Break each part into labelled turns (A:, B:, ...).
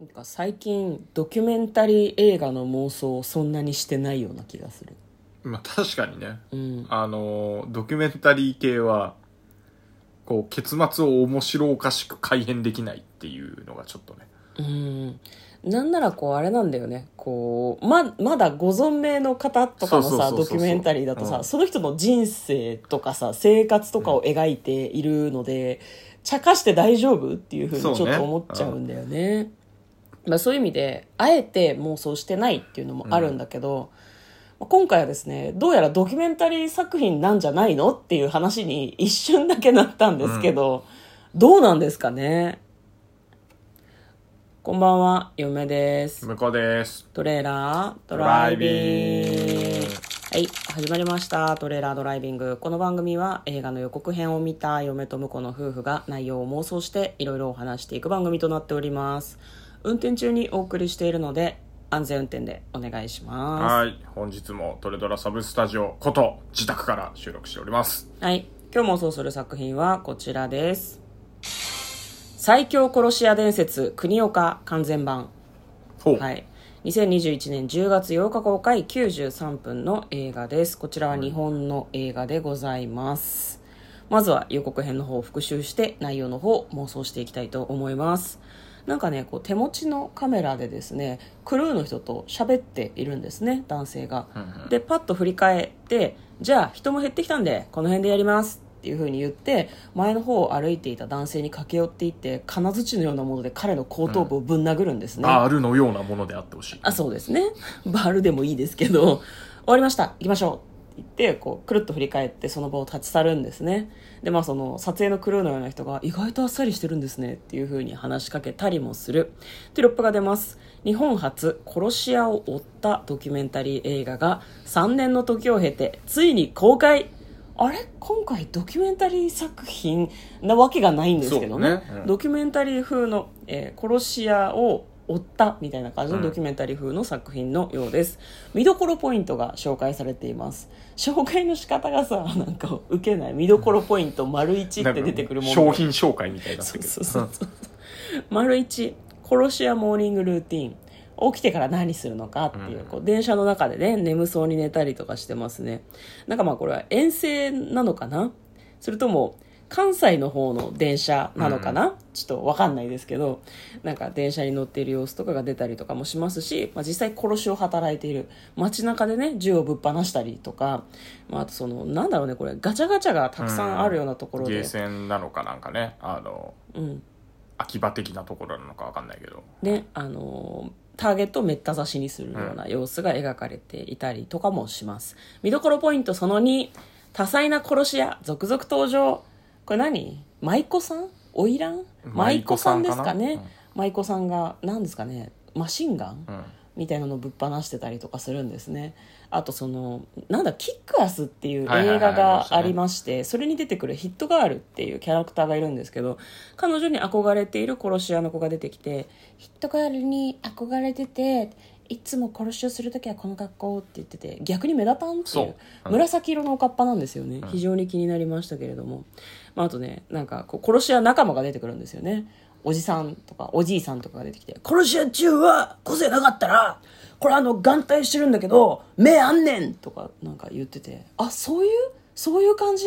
A: なんか最近ドキュメンタリー映画の妄想をそんなにしてないような気がする
B: まあ確かにね、
A: うん
B: あのドキュメンタリー系はこう結末を面白おかしく改変できないっていうのがちょっとね
A: うんなんならこうあれなんだよねこうままだご存命の方とかの
B: そうそうそう
A: さ
B: そう
A: ドキュメンタリーだとさ、
B: うん
A: その人の人生とかさ生活とかを描いているので、茶化して大丈夫っていうふうにち
B: そ
A: ょ
B: う
A: っ
B: ね
A: と思っちゃうんだよね。まあ、そういう意味であえて妄想してないっていうのもあるんだけど、まあ今回はですねどうやらドキュメンタリー作品なんじゃないのっていう話に一瞬だけなったんですけど、どうなんですかねこんばんは、嫁です。
B: 向こうです
A: トレーラード
B: ド
A: ラ
B: ラ
A: イ
B: イ
A: ビ
B: ビ
A: ン
B: ン
A: グ
B: グ。
A: はい、始まりました。トレーラードライビング。この番組は映画の予告編を見た嫁と婿の夫婦が内容を妄想していろいろお話していく番組となっております。運転中にお送りしているので安全運転でお願いしま
B: はい本日もトレドラサブスタジオこと自宅から収録しております
A: す。はい、今日妄想する作品はこちらです。最強殺し屋伝説国岡完全版。
B: ほう、
A: はい、2021年10月8日公開93分の映画ですこちらは日本の映画でございますまずは予告編の方を復習して内容の方を妄想していきたいと思いますなんかねこう手持ちのカメラでですねクルーの人と喋っているんですね男性が、
B: うんうん
A: でパッと振り返ってじゃあ人も減ってきたんでこの辺でやりますっていう風に言って前の方を歩いていた男性に駆け寄っていって金槌のようなもので彼の後頭部をぶん殴るんですね、
B: バールのようなものであってほしい
A: あ、そうですね。 バールでもいいですけど、終わりました行きましょうって言って、こう、くるっと振り返って、その場を立ち去るんですね。で、まあ、その、撮影のクルーのような人が、意外とあっさりしてるんですね、っていう風に話しかけたりもする。テロップが出ます。日本初、殺し屋を追ったドキュメンタリー映画が、3年の時を経て、ついに公開あれ今回ドキュメンタリー作品なわけがないんですけどね
B: そうねうん
A: ドキュメンタリー風の、えー殺し屋を追ったみたいな感じの
B: うん
A: ドキュメンタリー風の作品のようです、見どころポイントが紹介されています紹介の仕方がさなんか受けない見どころポイント丸1って出てくるもの
B: なんか商品紹介みたいになって
A: そ
B: る
A: う
B: けど
A: そうそうそう丸1殺し屋モーニングルーティン起きてから何するのかっていう,、
B: うん
A: こう電車の中でね眠そうに寝たりとかしてますねなんかまあこれは遠征なのかなそれとも関西の方の電車なのかな、ちょっとわかんないですけどなんか電車に乗っている様子とかが出たりとかもしますし、まあ、実際殺しを働いている街中でね銃をぶっ放したりとか、まあ、あとそのなんだろうねこれガチャガチャがたくさんあるようなところ
B: ゲ
A: で、
B: ーセンなのかなんかねあの
A: うん、
B: 秋葉的なところなのかわかんないけど
A: ね、あのーターゲットをめった刺しにするような様子が描かれていたりとかもします。見どころポイントその2、多彩な殺し屋、続々登場。これ何舞妓さん花魁舞
B: 舞
A: 妓
B: 妓
A: さ
B: さ
A: ん
B: ん
A: で
B: か
A: す
B: な
A: かね。舞妓さんが、何ですかね、マシンガン、
B: うん
A: みたいなのをぶっ放してたりとかするんですねあとそのなんだ「キックアス」っていう
B: はいはい
A: 映画
B: はい
A: がありましてそれに出てくるヒットガールっていうキャラクターがいるんですけど彼女に憧れている殺し屋の子が出てきて「ヒットガールに憧れてていつも殺しをする時はこの格好」って言ってて逆に目立たんって
B: そ
A: いうう
B: うん
A: 紫色のおかっぱなんですよね、非常に気になりましたけれども、まあ、あとねなんかこう殺し屋仲間が出てくるんですよねおじさんとかおじいさんとかが出てきて「殺し屋中は個性なかったらこれあの眼帯してるんだけど目あんねん!」とかなんか言っててあそういうそういう感じ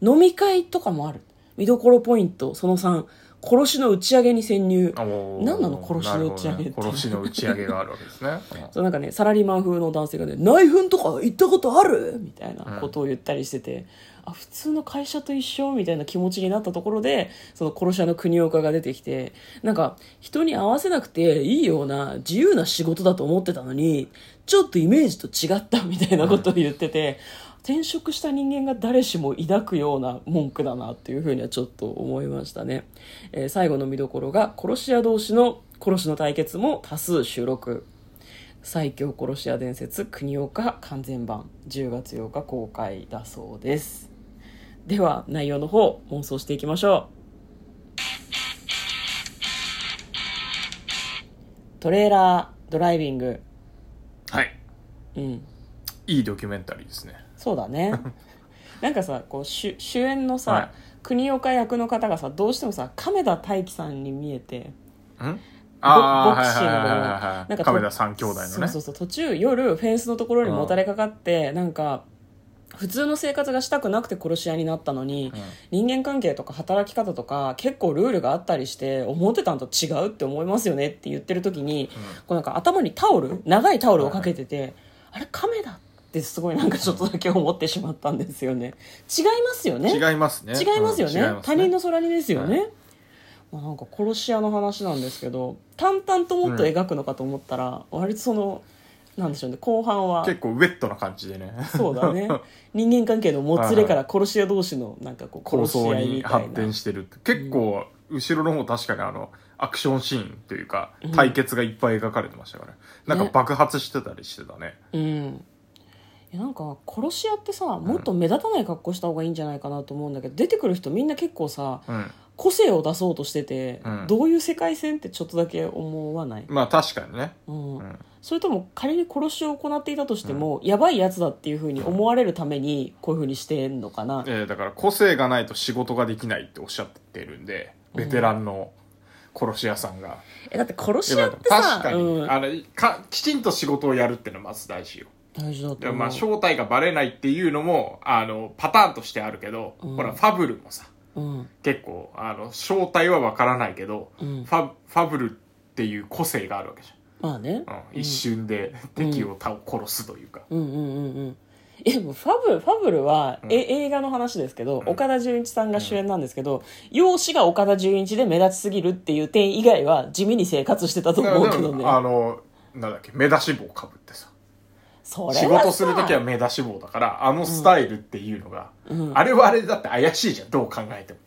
A: 飲み会とかもある見どころポイントその3殺しの打ち上げに潜入
B: あおー
A: 何なの殺しの打ち上げって
B: なるほどね殺しの打ち上げがあるわけですね
A: そうなんかねサラリーマン風の男性がね「内紛とか行ったことある?」みたいなことを言ったりしてて、あ普通の会社と一緒みたいな気持ちになったところでその殺し屋の国岡が出てきてなんか人に合わせなくていいような自由な仕事だと思ってたのにちょっとイメージと違ったみたいなことを言ってて。転職した人間が誰しも抱くような文句だなっていうふうにはちょっと思いましたね、えー最後の見どころが殺し屋同士の殺しの対決も多数収録最強殺し屋伝説国岡完全版10月8日公開だそうですでは内容の方妄想していきましょうトレーラードライビング
B: はい
A: うん
B: いいドキュメンタリーですね
A: そうだ ねなんかさこう主主演のさ、
B: はい
A: 国岡役の方がさどうしてもさ亀田大輝さんに見えて
B: んああ、
A: ボ
B: は
A: ク
B: い
A: シングの
B: はいはいはい
A: な
B: は
A: ん
B: い。
A: か
B: 亀田三兄弟の
A: そう
B: ね
A: そ。うそう途中夜フェンスのところにもたれかかって、なんか普通の生活がしたくなくて殺し屋になったのに、
B: うん
A: 人間関係とか働き方とか結構ルールがあったりして思ってたんと違うって思いますよねって言ってる時に、こうなんか頭にタオル長いタオルをかけてて、あれ亀だってすごいなんかちょっとだけ思ってしまったんですよね違いますよね
B: 違いますね。
A: 違いますよね,、
B: うん違います
A: 他人の空にですよね、ま
B: は
A: あ、なんか殺し屋の話なんですけど淡々ともっと描くのかと思ったら、割とそのなんでしょうね後半は
B: 結構ウェットな感じでね。
A: そうだ ね人間関係のもつれから殺し屋同士のなんかこう
B: 構
A: 殺し
B: 想
A: 合いみ
B: に
A: たい
B: 発
A: な
B: 展してるって結構後ろの方確かにあのアクションシーンというか対決がいっぱい描かれてましたから、なん
A: ね
B: か爆発してたりしてたね
A: うんいやなんか殺し屋ってさもっと目立たない格好した方がいいんじゃないかなと思うんだけど、出てくる人みんな結構さ
B: うん
A: 個性を出そうとしてて、
B: うん
A: どういう世界線ってちょっとだけ思わない、
B: まあ確かにね、
A: うん
B: うん
A: それとも仮に殺しを行っていたとしても、やばいやつだっていうふうに思われるためにこういうふうにしてんのかな、
B: えーだから個性がないと仕事ができないっておっしゃってるんでベテランの殺し屋さんが、
A: えだって殺し
B: や
A: 屋
B: っ
A: って
B: ぱ
A: さ
B: 確かに、
A: うん、
B: あれかきちんと仕事をやるってのはまず大事よ
A: 大事だ
B: で
A: と
B: も
A: 思う、
B: まあ正体がバレないっていうのもあのパターンとしてあるけど、
A: うん
B: ほらファブルもさ
A: うん
B: 結構あの正体はわからないけど、
A: うん
B: ファファブルっていう個性があるわけじ
A: まあね
B: ゃん、うん一瞬で敵を倒殺すというか、
A: うんうんうんうんえもうファブルファブルは、え映画の話ですけど、岡田准一さんが主演なんですけど、容姿が岡田准一で目立ちすぎるっていう点以外は地味に生活してたと
B: だから
A: 思うけど
B: で
A: ね
B: もあのなんだっけ目出し帽かぶってさ
A: それはさ
B: 仕事する時は目出し帽だからあのスタイルっていうのが、
A: うん
B: あれはあれだって怪しいじゃんどう考えても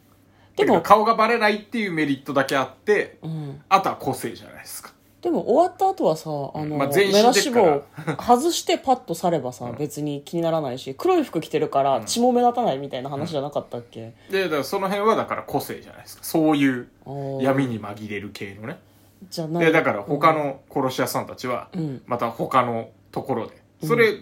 A: で
B: だけど
A: も、
B: 顔がバレないっていうメリットだけあって
A: うん、
B: あとは個性じゃないですか
A: でも終わった後はさ、あの、
B: まあ
A: 目
B: 全身
A: 出し帽
B: でっ
A: 外してパッとさればさ、別に気にならないし、黒い服着てるから血も目立たないみたいな話じゃなかったっけ、
B: でだからその辺はだから個性じゃないですかそういう
A: あー
B: 闇に紛れる系のね
A: じゃない
B: でだから他の殺し屋さんたちは
A: うん
B: また他のところでそれ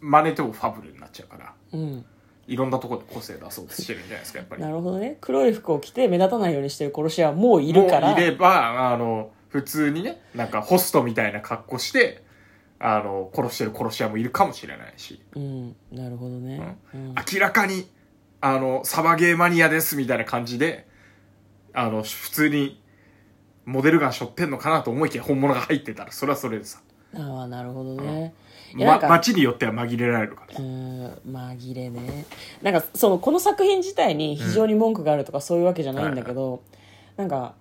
B: 真似てもファブルになっちゃうから
A: うん。
B: いろんなところで個性出そうとしてるんじゃないですかやっ ぱり
A: な
B: も
A: るほどね。黒い服を着て目立たないようにしてる殺し屋はもういるから。
B: ういればあの普通にねなんかホストみたいな格好してあの殺してる殺し屋もいるかもしれないし
A: うん。なるほどね。うん。
B: 明らかにあのサバゲーマニアですみたいな感じであの普通にモデルガン背負ってんのかなと思いきや本物が入ってたらそれはそれでさ、
A: ああ、なるほどね。いやな
B: ま、
A: んか
B: 街によっては紛れられるから
A: うーん紛れねなんかそのこの作品自体に非常に文句があるとかそういうわけじゃないんだけど、なんか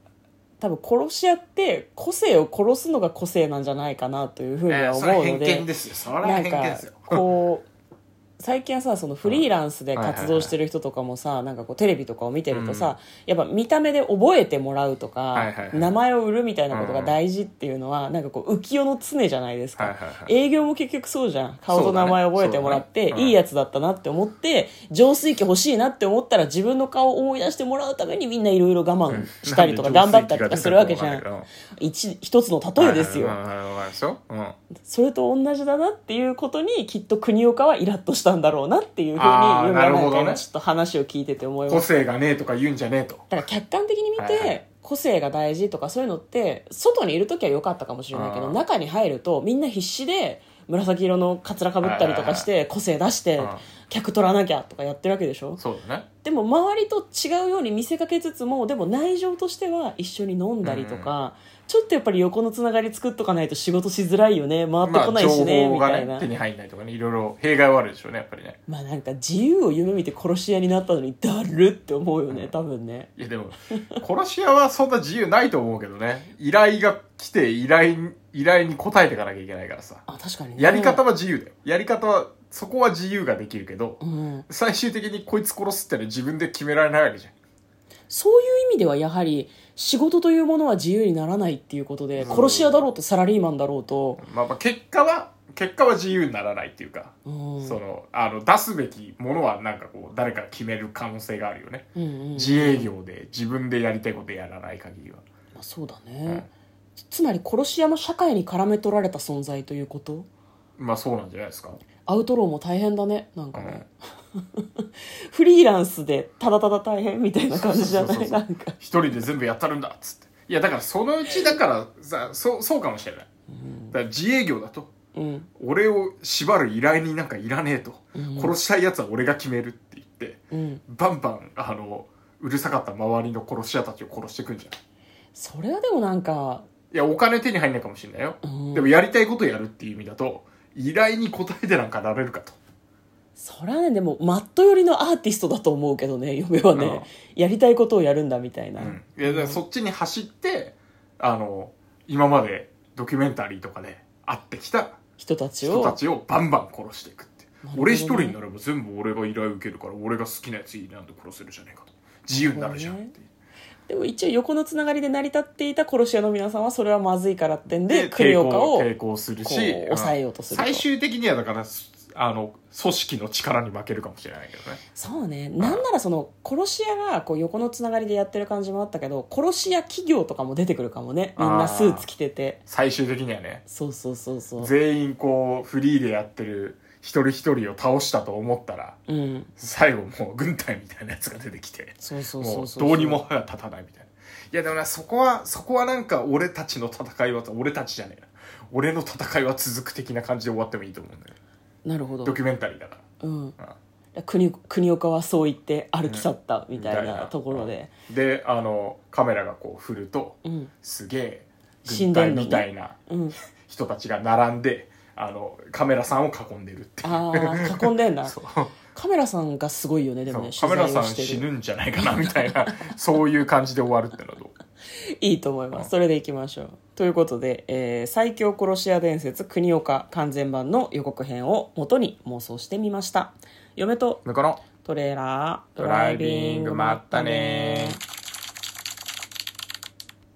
A: 多分殺し屋って個性を殺すのが個性なんじゃないかなというふうに
B: え
A: は
B: ー
A: 思
B: それは
A: うの
B: 偏
A: で,、
B: 見ですよそれ
A: な
B: は偏
A: ん
B: 見
A: か
B: ですよ
A: こう最近はさそのフリーランスで活動してる人とかもさ、なんかこうテレビとかを見てるとさ、やっぱ見た目で覚えてもらうとか、
B: はいはいはい
A: 名前を売るみたいなことが大事っていうのは、なんかこう浮世の常じゃないですか、
B: はいはいはい
A: 営業も結局そうじゃん顔と名前覚えてもらって、
B: そうだねそうだねうん
A: いいやつだったなって思って浄水器欲しいなって思ったら自分の顔を思い出してもらうためにみんないろいろ我慢したりとか頑張ったりとかするわけじゃん。一一つの例えですよ、
B: はいはいはいわかりますようん
A: それと同じだなっていうことにきっと国岡はイラッとしたんだろうなっていうふうに
B: あー
A: 読
B: なる
A: なん
B: ほ
A: か
B: ど
A: 今
B: ね
A: ちょっと話を聞いてて思いま
B: 個
A: す
B: 性がねえとか言うんじゃねえと。
A: だから客観的に見て、
B: はいはい
A: 個性が大事とかそういうのって外にいる時は良かったかもしれないけど
B: うん
A: 中に入るとみんな必死で紫色のカツラかぶったりとかして個性出して
B: うん
A: 客取らなきゃとかやってるわけでしょ
B: そうだね。
A: でも周りと違うように見せかけつつもでも内情としては一緒に飲んだりとか、ちょっとやっぱり横のつながり作っとかないと仕事しづらいよね回ってこないしね、
B: 情報
A: みた
B: が
A: いな
B: ね、手に入んないとかね、いろいろ弊害はあるでしょうね、やっぱりね。
A: まあなんか自由を夢見て殺し屋になったのにだるって思うよね多分ね
B: いやでも、殺し屋はそんな自由ないと思うけどね。依頼が来て、依頼、依頼に応えていかなきゃいけないからさ。
A: あ確かにね
B: やり方は自由だよ。やり方は、そこは自由ができるけど
A: う、ん
B: 最終的にこいつ殺すってのは自分で決められないわけじゃん。
A: そういう意味ではやはり仕事というものは自由にならないっていうことで
B: うん
A: 殺し屋だろうとサラリーマンだろうと、
B: まあまあ、結果は、結果は自由にならないっていうか、
A: うん、
B: その、あの、出すべきものはなんかこう、誰かが決める可能性があるよね。
A: うんうん
B: 自営業で自分でやりたいことやらない限りは。
A: まあ、そうだね、
B: うん
A: つつまり殺し屋も社会に絡め取られた存在ということ
B: まあそうなんじゃないですか。
A: アウトローも大変だねなんか
B: う
A: ね
B: ん、
A: フリーランスでただただ大変みたいな感じじゃな
B: そうそう
A: い
B: そう
A: な
B: そうん
A: か
B: 一人で全部やったるんだっつって。いやだからそのうちだからさそうそうかもしれないだから自営業だと
A: うん
B: 俺を縛る依頼になんかいらねえと、
A: うん
B: 殺したいやつは俺が決めるって言って
A: うん
B: バンバンあのうるさかった周りの殺し屋たちを殺してくんじゃん
A: それはでもなんか、
B: いやお金手に入んないかもしれないよ、
A: うん
B: でもやりたいことやるっていう意味だと依頼に応えてなんかなれるかと
A: それはねでもマット寄りのアーティストだと思うけどね嫁はねやりたいことをやるんだみたいな、
B: いやだからそっちに走ってあの今までドキュメンタリーとかで会ってきた
A: 人たち
B: 人
A: を
B: たちをバンバン殺していくって、
A: なるほどね
B: 俺一人になれば全部俺が依頼受けるから俺が好きなやつになんで殺せるじゃねえかと自由になるじゃんっていう、
A: でも一応横のつながりで成り立っていた殺し屋の皆さんはそれはまずいからってんでクリオカを
B: 抵抗する
A: こ
B: し
A: う抑えようとすると
B: 最終的にはだからあの組織の力に負けるかもしれないけどね
A: そうねなんならその殺し屋がこう横のつながりでやってる感じもあったけど殺し屋企業とかも出てくるかもねみんなスーツ着てて
B: 最終的にはね
A: そうそうそうそう
B: 全員こうフリーでやってる一人一人を倒したと思ったら
A: うん
B: 最後もう軍隊みたいなやつが出てきて
A: そうそうそ
B: も
A: う
B: う
A: そう
B: どうにも歯が立たないみたいないやでもなそこはそこはなんか俺たちの戦いは俺たちじゃねえな俺の戦いは続く的な感じで終わってもいいと思うんだよ
A: なるほど
B: ドキュメンタリーだから
A: うん
B: あ
A: 国国岡はそう言って歩き去ったみたい
B: みたい
A: な
B: な
A: ところで、
B: であのカメラがこう振ると
A: うん
B: すげえ
A: 死んでんの
B: 軍隊
A: ね
B: みたいな
A: うん、
B: 人たちが並んであのカメラさんを囲んでるっていう
A: ああ 囲んでんな
B: そう
A: カメラさんがすごいよねでもね
B: そうカメラさん
A: 取材をして
B: 死
A: る
B: ぬんじゃないかなみたいなそういう感じで終わるってのはどう
A: いいと思いま
B: う
A: す
B: ん
A: それでいきましょうということで、えー最強殺し屋伝説国岡完全版の予告編を元に妄想してみました嫁と
B: 向こうの
A: トレーラード
B: ドライビングまったねー